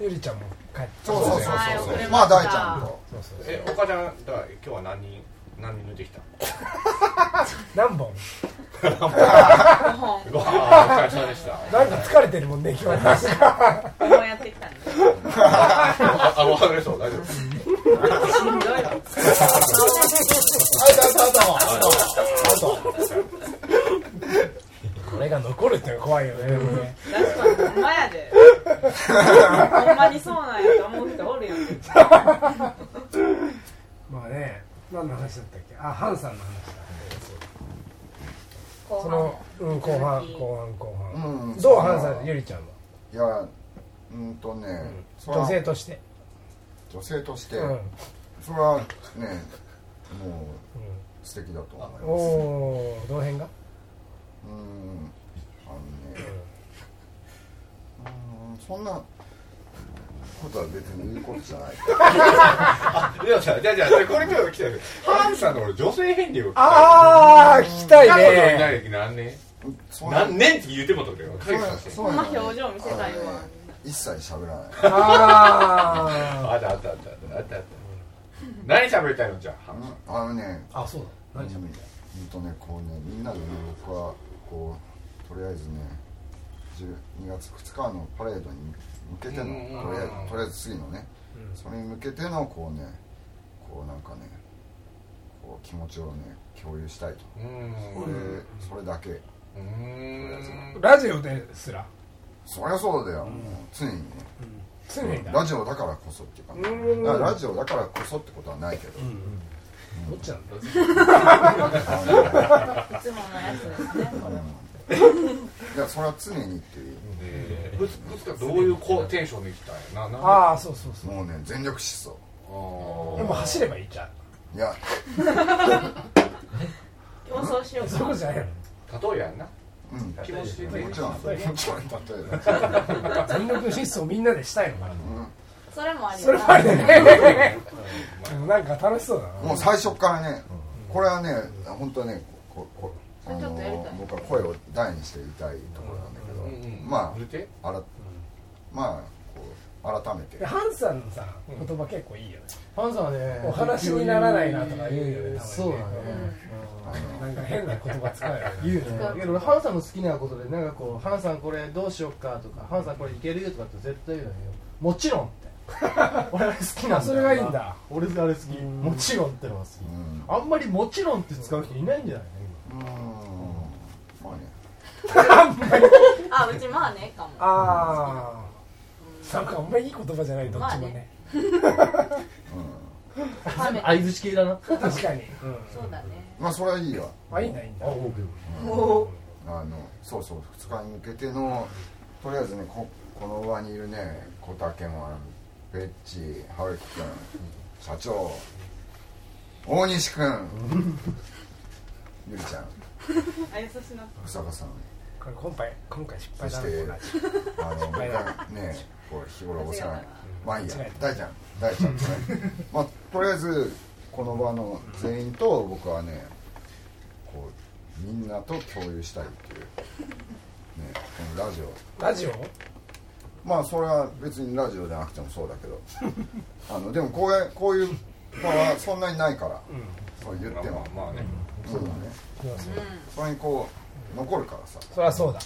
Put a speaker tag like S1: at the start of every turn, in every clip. S1: ゆりちゃんも帰って
S2: そうそうそうそう
S3: はい遅れました
S2: まあ大ちゃんと
S1: そうそうそう
S4: えお母ちゃんだから今日は何人何人抜いてきた
S1: 何本
S3: 本
S4: うわーお疲れ様でした
S1: なんか疲れてるもんね 今日は
S3: こうやってきたんで
S4: ああわかりました大丈夫です
S2: はい大ちゃんと
S1: これが残るっていうの怖いよねでもね
S3: 確かにほんまやでほんまにそうなんやと思う人おるよね
S1: まあね何の話だったっけあハンさんの話だ
S3: 後
S1: そ
S3: 半も
S1: の、うん、後半後半後半、
S2: うん
S1: どうハンさんゆりちゃんはい
S2: やうんとね、それは
S1: 女性として
S2: 女性として、
S1: うん、うん、
S2: それはねもう素敵だと
S1: お
S2: 思います
S1: おーどの辺が
S2: うんあのねうんそんなことは別にいいことじゃない
S4: いやじゃあじゃあじゃあじゃあこれ今日来たよハンさんの俺女性変流を
S1: ああ聞きた
S4: 彼女い
S1: い
S4: な
S1: ね
S4: い歴何年
S2: そんな
S4: 何年って言うてもとるよ
S2: そうやそう
S3: ほん
S2: や
S3: ま表情見せたいわ
S2: あのね一切喋らない
S1: あ
S4: あったあったあったあったあった何喋りたいのじゃあハンさん
S2: うんあのね
S1: ああそうだ
S2: うんうんとねこうねみんなでね僕はこうとりあえずね12月2日のパレードに向けての
S4: うん
S2: とりあえずとりあえず次のね
S1: うん
S2: それに向けてのこうねこうなんかねこう気持ちをね共有したいと
S4: うー
S2: それそれだけ
S4: んうーん
S1: ラジオですら
S2: そりゃそうだよもう常にね
S1: 常にだ
S2: ラジオだからこそっていうか
S1: うん
S2: だからラジオだからこそってことはないけど
S1: どっちなんだ
S2: あのね
S3: いつものやつですね
S2: いやそれは常にっていう
S4: えーぶつぶつかどういうこうテンションできたんやなな
S1: ああそうそうそう
S2: もうね全力疾走
S4: あー
S1: でも走ればいいじゃん
S2: いや
S3: 予想しよう
S1: そう
S3: か
S1: じゃない
S4: 例えやんな
S2: うん
S4: 気持ち的
S2: も
S4: に
S2: ちろん、もちろん、例えば。
S1: 全力疾走みんなでしたいのかな
S3: それもあり
S1: それもありだねなんか楽しそうだな
S2: もう最初からね、これはね、本当はね、こここあ
S3: ちょっとやりたい
S2: の僕は声を大にして言いたいところなんだけど、ま
S4: 売れて
S2: あ、あら、まあ、こう改めて
S1: で。ハンさんのさ言葉結構いいよね
S5: パンさんはね
S1: お話にならないなとか言うよねたまにね
S5: そうだね、
S1: なんか変な言葉使うよね
S5: 言うねだけど俺ハンさんの好きなことでなんかこう「ハンさんこれどうしよっか」とか「ハンさんこれいけるよ」とかって絶対言うのよもちろんって 俺あれ好きなんだよな
S1: それがいいんだ
S5: 俺あれ好きもちろんってのが好き
S2: うん、
S5: あんまり「もちろん」って使う人いないんじゃない
S2: うん、まあね、
S3: あうちまあねかも
S1: ああなんかあんまりいい言葉じゃないどっちもね
S3: 初めて
S5: 今相づち系だな
S1: 確かに
S3: そうだね
S2: まあ、それはいいわ。
S1: あいいんだいいんだ
S5: あオーケー
S3: も
S2: あの、そうそう、二日に向けての、とりあえずね、こ、この場にいるね、小竹も、ベッチ、ハルキ君、社長。大西君。ゆりちゃん、
S3: うあやさしな
S2: 草加さん。
S1: これ今回今回失敗だ
S2: そして
S1: なこ
S2: あの僕
S1: はい
S2: がねこう日頃お世話にまあいいや
S1: 間違え
S2: 大ちゃん大ちゃんとね まあとりあえずこの場の全員と僕はねこうみんなと共有したいっていうねこのラジオ
S1: ラジオ
S2: まあそれは別にラジオじゃなくてもそうだけどあのでもこうやこういう場はそんなにないから、そう言って
S4: ま
S2: も
S4: あ、まあね
S2: そうだねそれにこう残るからさ
S1: そりゃそうだ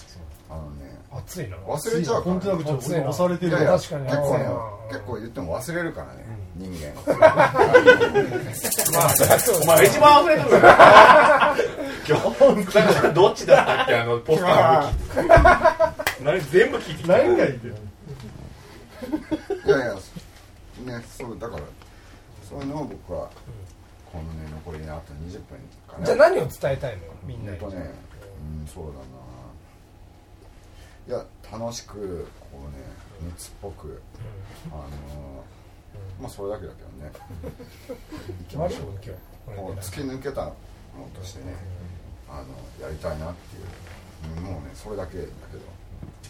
S2: あのね
S1: 暑いの
S2: 忘れちゃうから、
S5: 本当なんかちょっと俺も押されて
S2: い
S5: る
S2: やいや
S1: 確かに
S2: 結構ね
S1: うん
S2: 結構言っても忘れるからね、人間
S4: お前一番溢れとるよ今日なんかどっちだったっけあのポスターの時何全部聞いてきた
S5: 何がいいんだよ
S2: いやいやねそうだからそういうのを僕はこのね残りのあと20分かな
S1: じゃあ何を伝えたいのみんな
S2: ほん
S1: に
S2: とねうんそうだないや楽しくこうね熱っぽくあのーまあそれだけだけどね行き
S1: 決ま
S2: ま
S1: る
S2: し
S1: よ
S2: ょう
S1: 今日
S2: こ
S1: こ
S2: う
S1: れ
S2: 突
S1: で
S2: き抜けたものとしてねあのやりたいなっていううんもうねそれだけだけど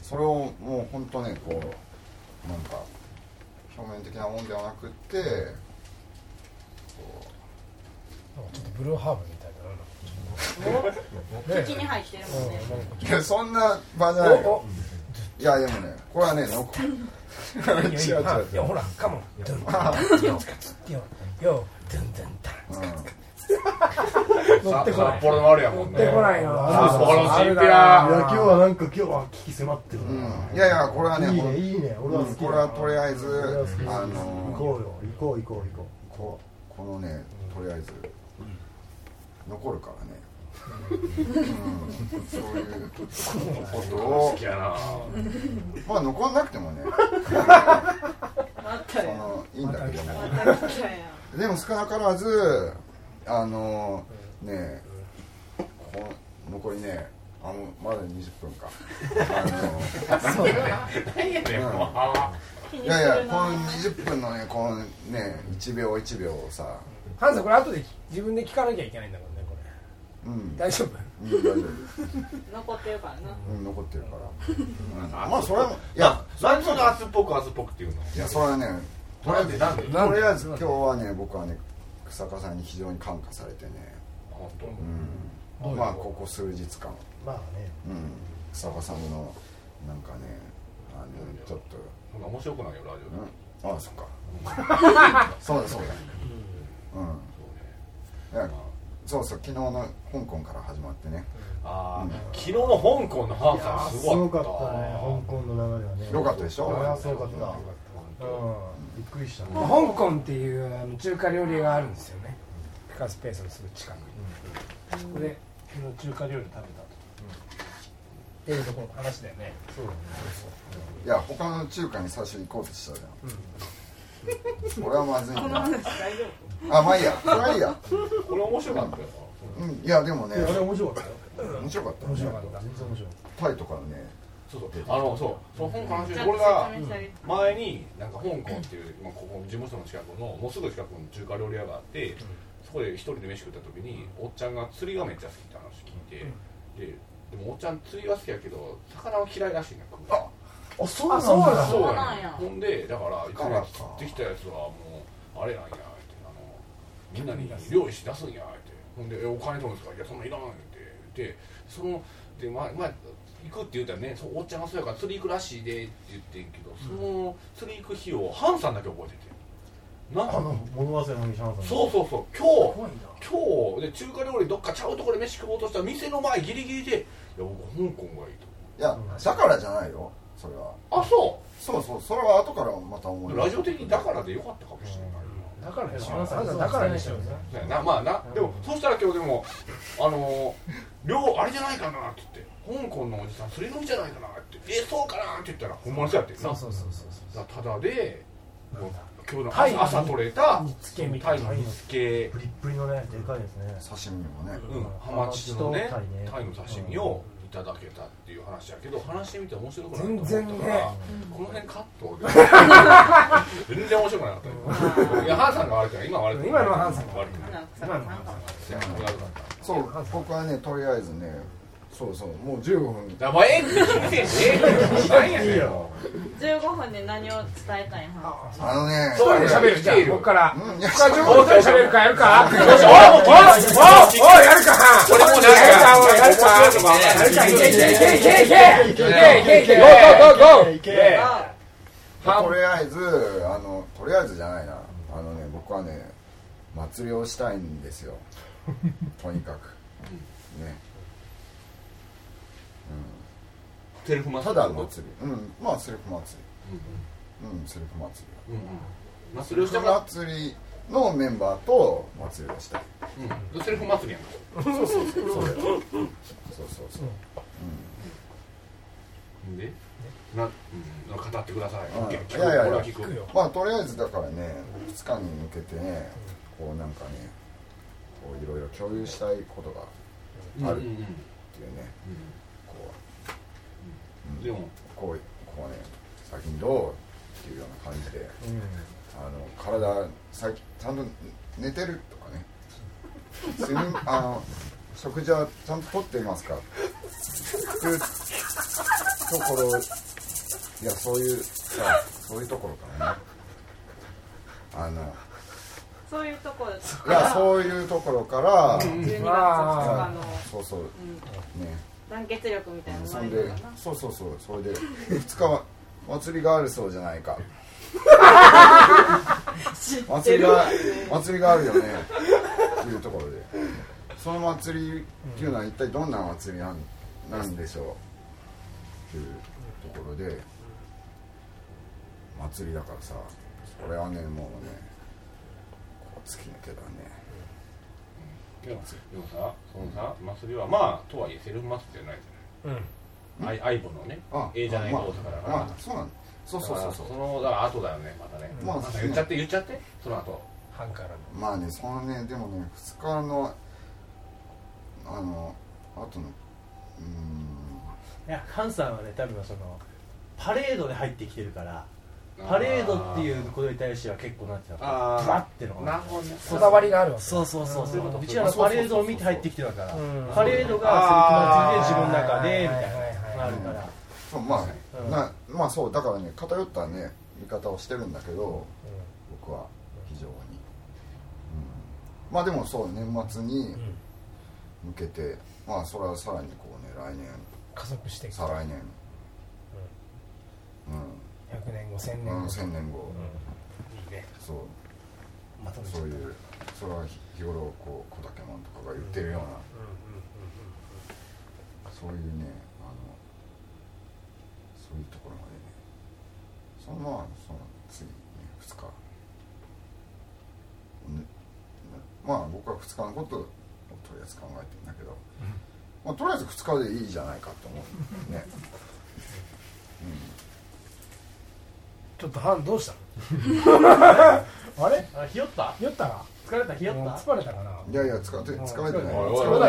S2: それをもう本当ねこうなんか表面的なもんではなくってこ
S1: なんかちょっとブルーハーブみたいだな
S3: 気に入ってるもんね
S2: ういやそんな場じゃない
S1: おお
S2: よいやでもねこれはね残違う違う
S1: いやほらカモンドゥンドゥンタンツカツッよよドゥンドゥンタン
S5: 乗ってこな
S4: 札
S5: い
S4: 幌のあるやもん
S1: 乗ってこないよ
S4: 札幌のチンピ
S5: いや
S4: ラ
S5: 今日はなんか今日は危機迫ってる
S2: う
S5: な、
S2: んいやいやこれはね
S5: いい
S2: ほん
S5: ねいいね俺は好きだ
S2: これはとりあえず
S5: 俺は好き
S2: あ
S5: 行
S2: の
S5: こうよ行こう行こう行こ
S2: ここのねとりあえず残るからね、うん、そういうこと
S4: 好
S2: を
S4: きやな
S2: まあ残んなくてもね
S3: また
S2: そ
S3: や
S2: のいいんだけども
S3: また来たやん
S2: でも少なからずあのねこの残りねあのまだ20分かあ
S4: 何やねんもう
S3: 気
S2: のい
S3: に
S2: やい
S3: す
S2: や
S3: る
S2: この
S3: な
S2: 20分のねこのね1秒1秒をさ
S1: ハンさんこれ後で自分で聞かなきゃいけないんだもんねこれ
S2: うん
S1: 大丈夫
S2: うん大丈夫
S3: 残ってるからな
S2: うん残ってるから
S4: うん
S2: まあそれもい
S4: い
S2: や
S4: や何その圧っぽく圧っぽくっていうの
S2: いやそれはね
S4: とりあえずなんで
S1: なん
S2: と
S1: で
S2: りあえず今日はね僕はね草加さんに非常に感化されてね
S4: 本当
S2: うんまあここ数日間
S5: うまあね
S2: うん草加さんのなんかねあのちょっと
S4: なんか面白くないよラジオで
S2: うんああそっか そうだそうだうん
S4: そうね
S2: いやそうそう昨日の香港から始まってね
S4: あー昨日の香港のハン
S5: あ
S4: さんす
S5: ーす
S4: ご
S5: ご
S4: かっ
S5: かったたね香港の流れはね
S2: よかったでしょ
S5: あれはすごかった
S4: た
S5: うんびっくりしたね
S1: 香港っていうあの中華料理屋があるんですよねピカスペースのすぐ近くに、そこで昨日中華料理食べたと、っていうところの話だよね
S2: いや他の中華に最初行こうとしたじゃん俺はまずいんだ
S3: 大丈夫
S2: あまあいいやそれはいいや
S4: これ面白かったよ
S2: うんいやでもね
S5: いやあれ面白かったよ
S2: 面白かったね
S5: 面白かった全然面白かっ
S2: タイとかね
S4: そうそうあのそうその香港の話
S3: ち
S4: で
S3: ゃん
S4: こ
S3: と
S4: れが
S3: 説明してあげて
S4: 前になんか香港っていう、まあ、ここ事務所の近くのもうすぐ近くの中華料理屋があって、そこで一人で飯食った時におっちゃんが釣りがめっちゃ好きって話聞いて、ででもおっちゃん釣りは好きやけど魚は嫌いらしいな食うの
S5: たあそうなんだ
S1: あそうなんだ
S3: そう
S4: そう
S3: なん
S4: やね
S3: や
S4: んほんでだからいつ
S2: あら
S4: も釣ってきたやつはもうあれなんやってあのみんなに料理し出すんやってほんでえ「お金取るんですか?」「いやそんなんいらん」ってでそので、まあまあ、行くって言うたらねそうおっちゃんがそうやから釣り行くらしいでって言ってんけどその釣り行く日をハンさんだけ覚えててなん
S5: あの
S4: か
S5: 物忘れの西原さん
S4: そうそうそう今日
S1: 怖いな
S4: 今日で中華料理どっかちゃうとこで飯食おうとしたら店の前ギリギリで「いや僕香港がいい」
S2: いやだからじゃないよそれは
S4: と「あそ
S2: そうそうそれは後からまた思
S4: う
S2: い
S4: ラジオ的にだからでよかったかもしれないな」
S1: だからでしょ
S5: あなた
S1: だからでしょ
S5: そうですね
S4: そうやなまあなでもそうしたら今日でもあのー量あれじゃないかなって言って香港のおじさんすり飲みじゃないかなってえそうかなって言ったらほんまにそうやってんな
S1: そうそうそうそうそう
S4: だからただでもう今日の
S1: タイの
S4: 朝朝取れた
S1: 煮付けみた
S4: タ
S1: い
S4: イ
S1: な
S4: の煮付け
S5: プリップリのねでかいですね
S2: 刺身もね
S4: うんハマチのね
S5: ハマチとタイね
S4: タイの刺身をいただけたっていう話やけど話してみて面白くなかった
S1: 全然ね
S4: この辺カッ トで全然面白くなかったよいやハンさんが悪くない今は悪くない
S1: 今のはハンさんが
S4: 悪くない
S3: なんかさ
S1: 今の
S3: なんか
S4: 悪かった
S2: そう僕はねとりあえずねそうそうもう15分
S4: 名前ええって聞いてんしええなんやねん
S3: 15分で何を伝えたいんは
S2: あのね
S1: 一人で喋るじゃんここから
S2: うんいや
S1: ここから15分一人で喋るかやるかおいおいおいおいやるかは
S4: これもなんか
S1: やるか
S4: 面
S1: や
S4: 白
S1: る
S4: いのがあ
S1: かいけいけいけいけいけいけいけいけ
S5: いけ
S4: え
S3: あ
S2: とりあえずあのとりあえずじゃないなあのね僕はね祭りをしたいんです よとにかくね
S4: セルフマ
S2: ただ祭りうんまあセルフ祭りうんセルフ祭り
S4: りうんまあそ
S2: セ
S4: れ
S2: ル
S4: をした
S2: フ
S4: か
S2: 祭りのメンバーと祭りをしたい
S4: うんセルフ祭りやんか
S2: そうそうそうそうだよそうそうそう
S4: でなうん語ってください
S2: うん
S4: オッケー聞く
S2: いやいやいや
S4: 俺は聞く
S1: 聞くよ
S2: まあとりあえずだからね2日に向けてねこうなんかねこういろいろ共有したいことがっ
S4: うん
S2: ある
S4: うんうん
S2: ていうねこ
S4: うんでも
S2: うこうこうね先にどうっていうような感じであの体さちゃんと寝てるとかね睡眠あの食事はちゃんととってますかっていうところいやそういうさそういうところからねあの
S3: そういうとこだった
S2: いやそういうところから、
S3: 12月2日の
S2: そうそうね
S3: 団結力みたいなの生
S2: そ
S3: ま
S2: ん
S3: れ
S2: で
S3: るかな
S2: そうそうそうそれで2日は祭りがあるそうじゃないか
S3: 知って
S2: 祭り
S3: る
S2: が祭りがあるよねっていうところでその祭りっていうのは一体どんな祭りなんなんでしょうっていうところで祭りだからさこれはねもうねこう突き抜けたね
S4: でもでもさそのさ祭りはまあとはいえセルフマスじゃないじ
S1: うん
S4: ゃないアイボのねええじゃないか大阪だから
S2: まあそうなんだそうそうそうそう
S4: そのだから後だよねまたね、
S2: まあ
S4: なんか言っちゃって言っちゃってその後
S1: 半からの
S2: まあねそのねでもね2日のあのあとのうーん
S5: いやハンさんはね多分そのパレードで入ってきてるからパレードっていうことに対しては結構なんていうの
S4: あー
S5: ブワッての
S4: なるほどね
S1: こだわりがあるわけ
S5: そうそうそうそう
S4: そういうこと
S5: うちらのパレードを見て入ってきてるから
S1: うん
S5: パレードがセルフ祭りで自分の中でみ
S1: あー
S5: たいな
S1: はいはいはいはい
S5: あるから
S2: そうまあ、
S5: うん
S2: なまあそうだからね偏ったね見方をしてるんだけど僕は非常に、うん、まあでもそう年末に
S1: うん、うん、
S2: 向けてまあそれはさらにこうね来年
S1: 加速していく
S2: 再来年
S1: 100年後1000
S2: う
S1: 年
S2: ん、うん
S1: 後、
S2: 1000年後、
S1: いいね
S2: そう
S1: まとめちゃった
S2: そういうそれは日頃こう小竹門とかが言ってるような、
S1: うん
S2: そういうねあのそういうところまでねそのまあその次ね2日、ねねまあ僕は2日のことをとりあえず考えてるんだけど、まあ、とりあえず2日でいいじゃないかと思うね
S1: ちょっとハンどうしたのあれ
S5: あひよった
S1: 酔ったか
S5: 疲れたひよ
S1: もう
S5: った
S1: 疲れたかない
S2: やいや疲れて疲れてない
S4: おいおい
S1: ちょう
S2: 疲
S1: だ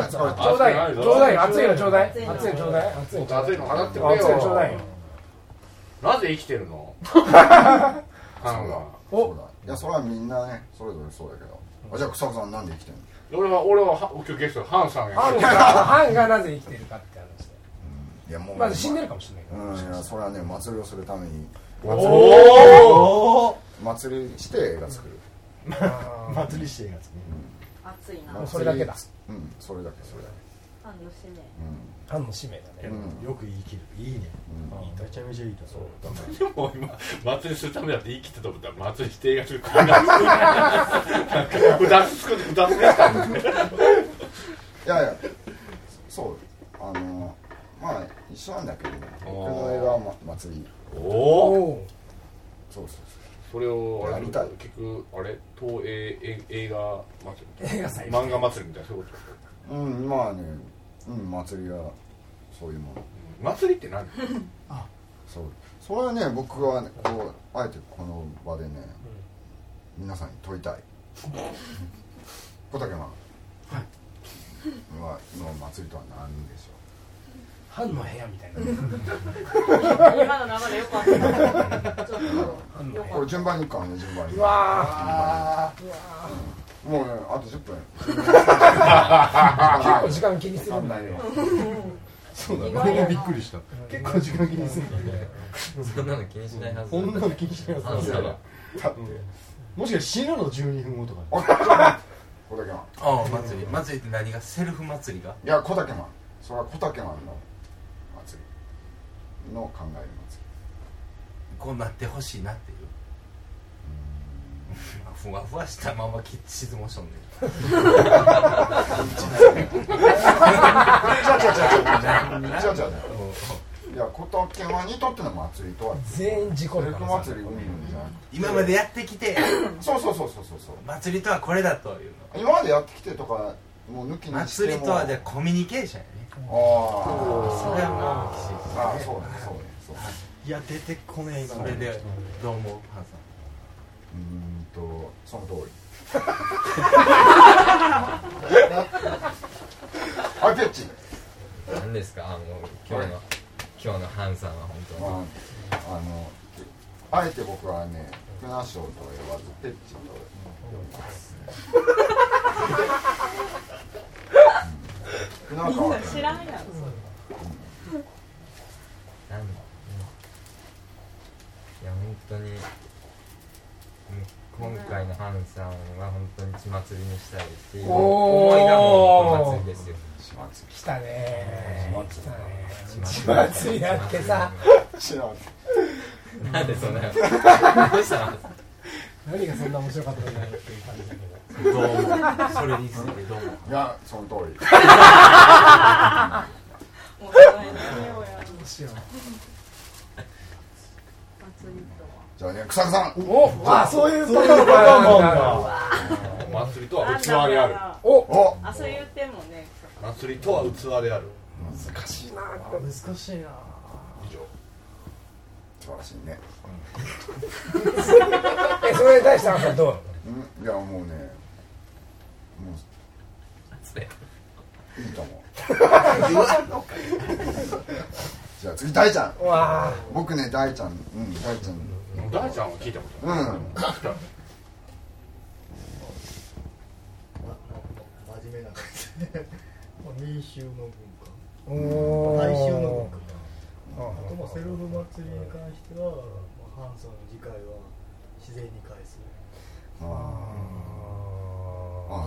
S2: れ
S1: い
S2: て
S1: ちょう
S2: な
S1: だい
S2: い
S1: よち
S2: 疲れてない
S1: ょうだい
S4: 熱い
S1: ち
S4: の
S1: ょうだい熱いのちょうだい熱
S3: 熱
S1: い
S3: い
S1: の
S3: の
S1: ちょうだい熱いのちょうだい
S4: 熱いの払ってくれ
S1: 熱いのちょうだい
S4: よ
S1: よ
S4: なぜ生きてるのハンは
S1: お
S2: そうだいやそれはみんなねそれぞれそうだけど、あじゃあ草子さんなんで生きてんの
S4: 俺は俺はは今日ゲストハンさんや
S1: ハンがハンがなぜ生きてるかって話で
S2: いやもう
S1: まず死んでるかもしれないけど
S2: うんいやそれはね祭りをするために
S4: おお
S5: おお
S2: 祭りして映画作る、
S1: あ
S5: 祭りして映画作
S3: 熱いな
S1: もうそれだけだ
S2: うんそれだけそれだ
S3: 感動してね
S2: けうん
S1: ハンの使命だね
S5: る
S2: うん
S5: よく言い切るいいね
S2: うん
S5: めちゃめちゃいいと思う
S4: でも今祭りするためだって生きてたと思ったら祭りして映画するこんななんか2つ作って2つでしたもんね
S2: いやいやそうあのまあ一緒なんだけど僕の映画は、ま、祭り
S4: お
S1: お
S4: お
S1: お
S2: そうそう
S4: それをあ
S2: や
S4: れ
S2: りたい
S4: 結局あれ東映え映画祭りみたいな
S1: 映画祭
S4: 漫画祭りみたいなそういうこと
S2: そううんまあねうん祭りはそういうもの
S4: 祭りって何
S2: そうそれはね僕はねこうあえてこの場でね、皆さんに問いたい小竹マンはいの祭りとは何でしょ
S1: ハンの部屋みたいな
S3: 今の流れよかったちょっ
S1: ハンの部
S3: とよ
S2: う
S1: 屋
S2: こ
S3: か
S2: れ
S3: った
S2: 順番に行くからね順番に
S1: うわ
S2: もうねあと10分
S1: ー結構時間気にするんだよ
S5: そう
S3: だね意外やな
S5: した結構時間気にするんだよね
S6: そんなの気にしないはず
S5: こんなの気にしない
S6: あ
S5: は
S6: ん
S5: ず
S6: たは
S5: もしかして死ぬの12分後とか
S2: おっちょっと待って小竹マン
S6: ああ祭り祭りって何がセルフ祭りが
S2: いや小竹マンそれは小竹マンの祭りの考える祭
S6: こうなってほしいなっていうまあふわふわしたままき沈もしとんね
S2: り違う違う違ういや小竹マンにとっての祭りとは
S1: 全員事故
S2: セ
S1: る
S2: ル
S1: か
S2: フ
S1: らさ
S2: 祭りうんうんじゃなく
S6: 今までやってきて
S2: てそうそうそうそうそうそう
S6: 祭りとはこれだという
S2: 今までやってきてとかもう抜き
S6: の
S2: にして
S6: 祭
S2: も
S6: りとはじゃあコミュニケーションやね
S2: あ
S6: それは
S2: ーあーそうねそうねそうね
S5: いや出てこねえ
S6: もうそれでどう思うハンさ
S2: う
S6: ん
S2: ーんとその通り あケッチ
S6: 何ですかあの今日の今日のハンさんは
S2: ま
S6: 本
S2: あ、あのあえて僕はね福名賞とは呼ばずペッチと呼びます、うん、福名
S3: みん
S2: 賞
S3: な
S2: は
S3: 知らんやろそれ
S6: 当に何だいや本当にうん今回のハンさんは本当に血祭りにしたいし
S1: おー
S6: 思いがもう本当祭りですよ
S1: 来たね
S2: 島津
S1: ー血祭りだってさ
S2: 知らん
S6: なんでそんなどうしたの
S1: 何がそんな面白かったんだよっていう感じだけど
S7: どうもそれについてどうも
S2: いやその通り
S3: 面白いね
S1: どうしよう
S3: 祭りとは
S2: じゃあね草木さん
S1: おあそういうこと
S5: そういうことなんだ
S4: 祭りとは
S3: なん
S4: 器
S3: だろう
S4: で
S3: な
S4: ある
S1: お
S2: お
S3: あそう言ってもね
S4: 祭りとは器である
S1: 難しいな
S5: 難しいな
S4: 以上
S2: 素晴らしいね
S1: えそれに対してあんたどうなの
S2: うんいやもうねも
S6: それ
S2: ういいと思うじゃあ次大ちゃん
S1: うわあ
S2: 僕ね大ちゃんうん大ちゃん
S4: 大ちゃんは聞いたこと
S2: う
S4: ない
S2: ん
S8: 真面目な感じでまあ民衆の文化
S1: おー
S8: 大衆の文化
S1: あ
S8: あとまあセルフ祭りに関しては、まあ、ハンソンの次回は自然に返す
S2: あー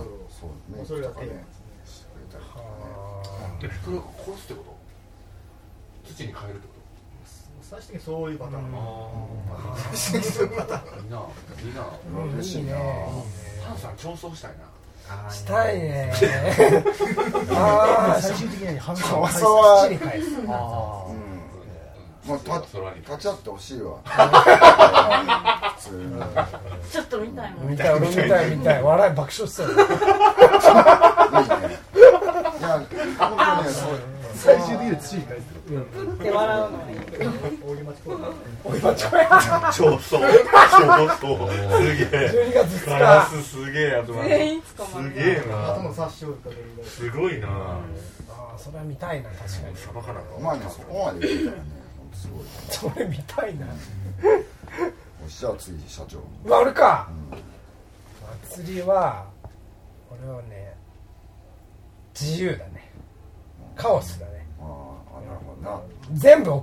S2: あそう
S8: も
S2: ね
S8: うそれが
S2: とか
S8: テーマ
S2: ね
S8: ですね
S4: それを殺すってこと土に変えるってこ
S8: 最終的にそういうパターン、
S4: と
S8: ま
S4: ああいいなみんな
S2: 嬉しいな
S4: ハンさん競争したいな
S1: したいね
S5: あ
S1: あ
S5: ー最終的に反
S2: そ
S5: 射
S2: わ
S5: を
S2: そわ
S1: あ返す
S5: あ
S2: うんもうた
S4: そらに
S2: 立ち会ってほしいわ普通に
S3: ちょっと見たいもん
S1: 見たい俺見たい見たい笑い爆笑しそう
S2: いや僕ねそう
S5: ー最終的には土に返す
S3: って笑うのがいい
S8: あ大木町公園
S7: 超そう超そうすげえ
S1: 12月
S7: ガ
S1: 2
S7: ラスすげえ集まる
S3: 全員捕まする
S7: げえ
S8: 頭
S7: な
S8: の殺傷をかけるぐらい
S7: すごいな
S1: ああそれは見たいな確かに
S4: さばかなか
S2: まあねそこまで言ってたらねほんとすごい
S1: それ見たいな
S2: おっしゃあ次社長
S1: うわ俺か祭りは俺はね自由だねカオスだね
S2: あーあなるほどな
S1: 全部 OK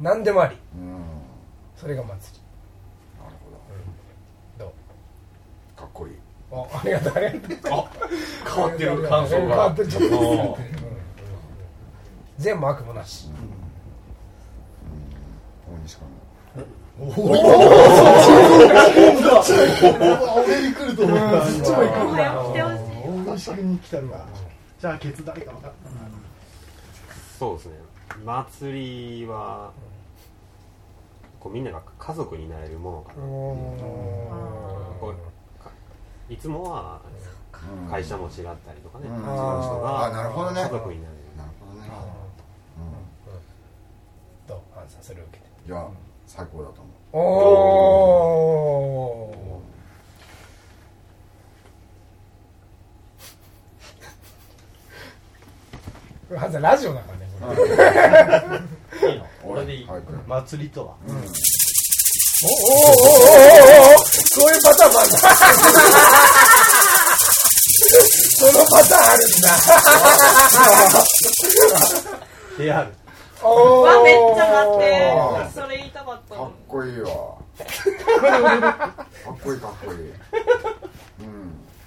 S1: 何でもあり
S2: うんなる
S1: それが祭り
S2: ほど
S1: ど
S2: かっこいい
S1: おありがとうありがとう
S4: 変わってる感想
S1: 変わ
S4: が
S1: ってるちょっとずつ変わってるうん全部悪もなし
S2: 大西君
S5: 俺に来ると思ったそっちも行く
S3: 早く来てほしい
S5: 大西君に来たるわじゃあケツ誰か分かったな
S7: そうですね祭りはこうみんなが家族になれるものかなこうかいつもは
S2: うん
S7: 会社持ちだったりとかね、
S2: うん
S7: 違う人
S2: あーなるほど
S7: が
S2: ね
S7: 家族になれる
S2: なるほどね
S1: どうアンさんそれを受けて
S2: いや最高だと思
S1: おおーアンさんラジオだからねこれ
S2: う俺でいいはいこれ
S5: 祭りとは
S1: おおおおおおおおそういうパターンもあるんだそのパターンあるんだ
S5: である
S1: お
S3: わめっ
S1: お
S3: ちゃ待ってそれ言いたかった
S2: かっ
S3: の
S2: こいいわかっこいいかっこいいうん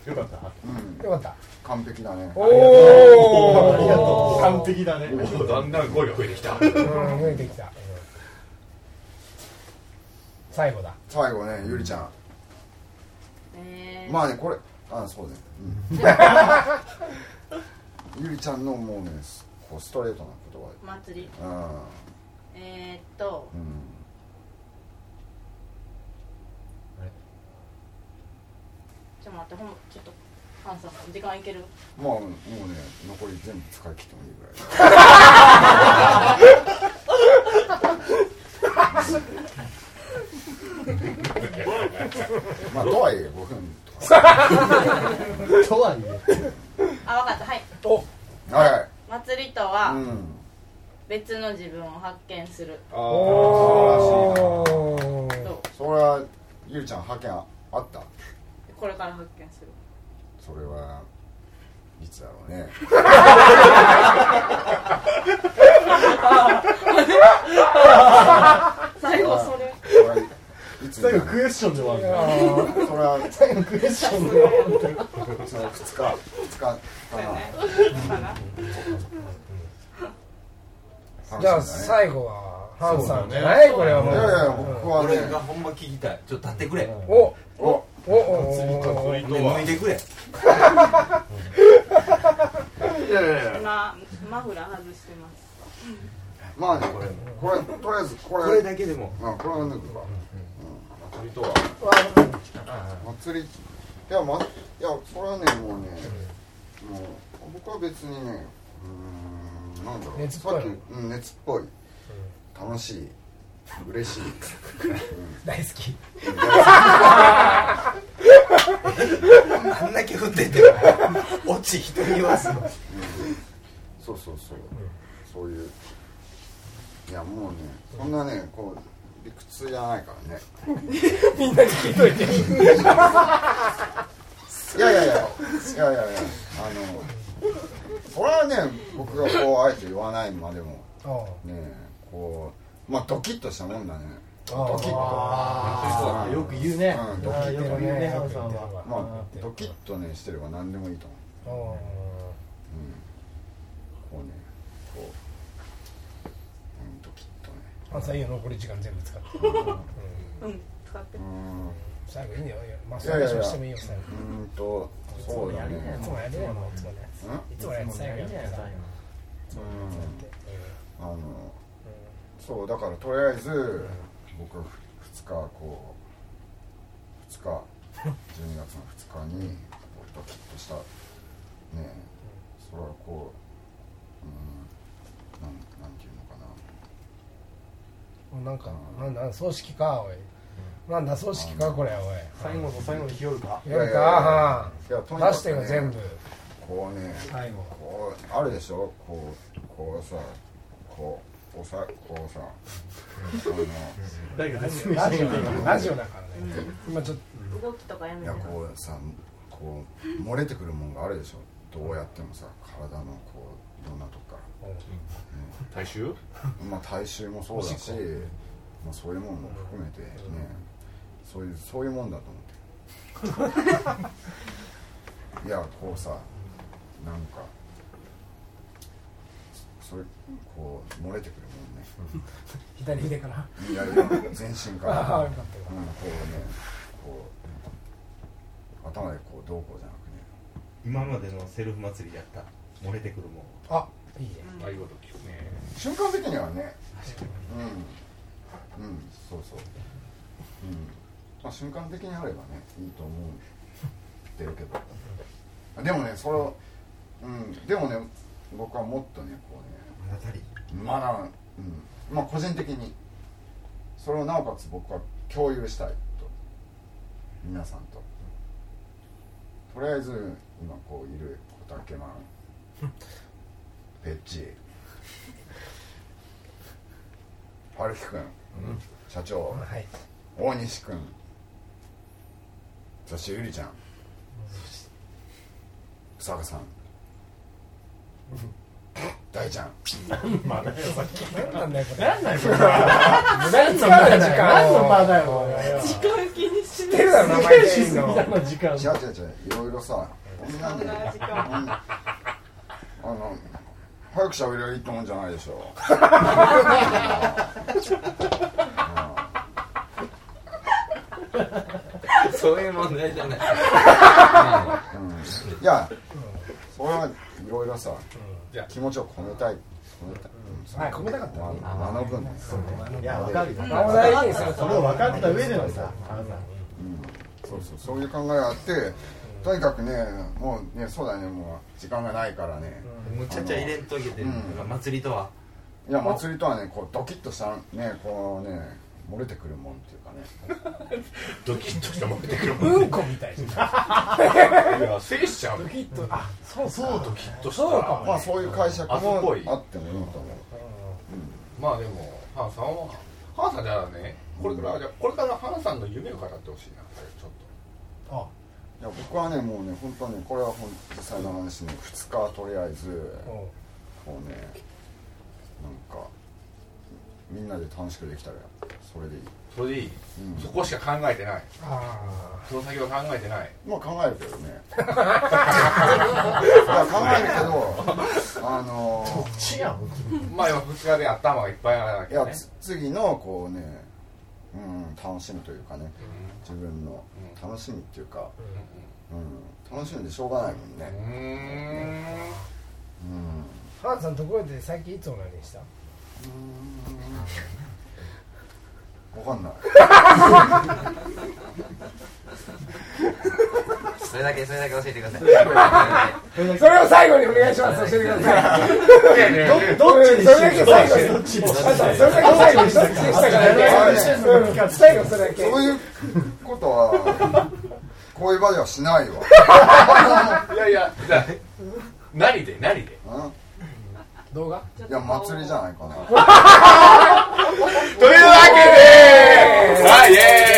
S5: よかった
S2: うん
S1: よかった
S2: 完璧だね
S1: おお
S5: ありがと
S1: う
S5: う完璧だね
S4: おだんだん声が増えてきた
S1: ん増えてきたうん最後だ
S2: 最後ねゆりちゃ
S3: え
S2: ん
S3: ー
S2: まあねこれあそうね うんゆりちゃんのもうねすこうストレートな言葉
S3: 祭り
S2: でうん
S3: えーっと
S2: うん
S3: ちょっと待ってほんちょっとハンさん時間いける
S2: まあもうね残り全部使い切ってもいいぐらいまあとはいえ5分とか
S5: とはいえ
S3: あわかったはい
S2: は
S3: 祭りと
S2: い、う
S3: は
S2: ん、
S3: 別の自分を発見する
S4: あ
S1: お
S4: ー
S1: お
S3: どう
S2: それはゆうちゃん派遣あった
S3: これから発見する
S2: それはいつだろうねそれは
S3: 最後それ
S2: いつだ
S5: 最
S2: ろ
S5: 後クエスチョンで終わ
S2: う
S5: る
S2: それは
S5: 最後クエスチョンで終わる
S2: その2日2日かな
S1: じゃあ
S2: 楽しみだね
S1: 最後はハンさんじゃないこれはも
S2: いうやいや
S1: うん
S2: 僕
S1: お
S2: は
S9: 俺が
S2: ね
S9: ほんま聞きたいちょっと立ってくれね
S1: お
S2: お
S1: おおお
S9: 脱いでくれ
S2: いやいやいや
S3: 今マフラー外してます
S2: まあねこれこれとりあえずこれ
S9: これだけでも
S2: あこれは抜くわ
S4: 祭りとは
S2: 祭りいやまいやそれはねもうねもう僕は別にねうーんなんだろう
S1: 熱っぽい
S2: さきうん熱っぽい楽しい嬉しい
S1: 大好き
S9: あんだけ振ってても落ち人言わすの
S2: そうそうそう、そういういやもうねそんなねこう理屈じゃないからねみんなに聞いといていやいやいやいやいやいやあのそれはね僕がこうあえて言わないまでもねこうまあドキッとしたもんだねドキッと
S5: ああよく言うね
S2: うんドキ
S5: あー
S2: ッ
S5: よく言うねハンさんは
S2: まあドキッとねしてれば何でもいいと思うこうねこう、うん、ドキッとね
S1: ハンさんいいよ残り時間全部使 って
S3: うん使って
S2: うん
S1: 最後いいんだよまあそうしてもいいよ最後
S2: うーんとそうだね
S1: いつもやるよもういつもねいつもやる最後やる
S2: うんあのそうだからとりあえず僕は2日こう2日12月の2日にこうドキッとしたねえそれはこううんなんなんていうのか
S1: も
S2: な
S1: うなんかなんだ葬式かおいなんだ葬式かこれおい
S5: 最後の最後に日和か
S1: やるか
S2: いやとに
S1: はん
S2: か
S1: 出して
S2: く
S1: よ
S2: ね
S1: 全部
S2: こうね
S1: 最後
S2: こうあるでしょこうこうさこうおさこうさあの
S5: 誰が初め
S1: ラジ
S5: て
S1: オだからラジオだからね今ちょっ
S3: 動きとかやめ
S2: い
S3: て
S2: やこうさこう漏れてくるもんがあるでしょどうやってもさ体のこういろんなとこか
S4: 大衆
S2: ら、まあ、体臭もそうだし、まあ、そういうもんも含めてね、そういうそういうもんだと 思っていやこうさなんかそれこう漏れてくる
S1: と左腕から
S2: もんねいや全身か
S1: ああ
S2: ら、
S1: よ
S2: うん、
S1: か
S2: こ
S1: ったよ
S2: うねこう頭でこうどうこうじゃなくね
S9: 今までのセルフ祭りやった漏れてくるもん
S1: あいいね
S4: ああいうこと聞くね
S2: 瞬間的にはねうん、うん、そうそう、うんまあ、瞬間的にあればねいいと思うってるけどでもねそれを、うん、でもね僕はもっとねこう
S9: あなたり
S2: ねまだ、うん、まあ個人的にそれをなおかつ僕は共有したいと皆さんととりあえず今こういる小竹マンペッチ春樹君、ん、社長
S1: はい
S2: 大西君そしてゆりちゃん草加さん大ちゃん
S1: 何なんだよこれ何なんだよこれ無駄に使うな時間
S5: 何の
S1: を
S5: 場だよお前
S3: 時間気にして
S1: 知ってるだろ名前でいいの
S5: 何の時間
S2: 違う違う違ういろいろさこんな
S3: そん
S2: ね
S3: な時間
S2: うんあの早く喋りゃいいってもんじゃないでしょ
S6: そういう問題じゃない。
S2: いやそれはいろいろさ
S4: じゃあ
S2: 気持ちを込めたい込めたい
S1: はい込めたかった
S2: まあの分ね
S5: いや分かるよ
S1: 名を大事にする
S5: それを分かった上でのさハンさん
S2: そうそうそういう考えがあってとにかくねもうねそうだねもう時間がないからね
S9: むちゃちゃ入れんといて、
S2: うん
S9: 祭りとはい
S2: や祭りとはねこうドキッとしたねこうね漏れてくるもんっていうかね
S4: ドキッとした漏れてくるもん
S1: うんこみたいじゃん
S4: いや聖子ちゃん
S1: ドキッとあそうそう
S4: ドキッとした
S1: そうか
S2: まあそういう解釈も
S4: あそこいい
S2: あってもいいと思う
S4: まあでもハンさんはハンさんじゃあねこれからじゃあこれからハンさんの夢を語ってほしいなちょっ
S2: いや僕はねもうね本当にこれはほん実際の話ね2日とりあえずこうねなんかみんなで楽しくできたらそれでいい、
S4: とそれでいい
S2: うん
S4: そこしか考えてない
S1: あ
S4: その先は考えてない
S2: まあ考えるけどねいや考えるけどあのー
S5: ちやん
S4: まあ今2日で頭がいっぱいあるわ
S2: い
S4: け
S2: や、
S4: ね
S2: つ次のこうね、うん、楽しみというかね自分の
S4: う
S2: 楽しみっていうか、うん、楽しんでしょうがないもん
S4: う
S2: ね、
S4: ん
S2: うん、
S1: ハンさんところで最近いつおなりした
S2: わかんない
S9: それだけそれだけ教えてくだ さい
S1: それを最後にお願いします教えてください
S8: どっちに
S1: それだけ最後に
S8: どっちに
S1: ハンさんそれだけ最後にしたからねうん最後それだけ
S2: そういうこ とはこういう場ではしないわ
S4: いやいやじゃあ何で何で
S2: う
S1: 動画
S2: んいや祭りじゃないかな
S4: というわけでさあイエーイ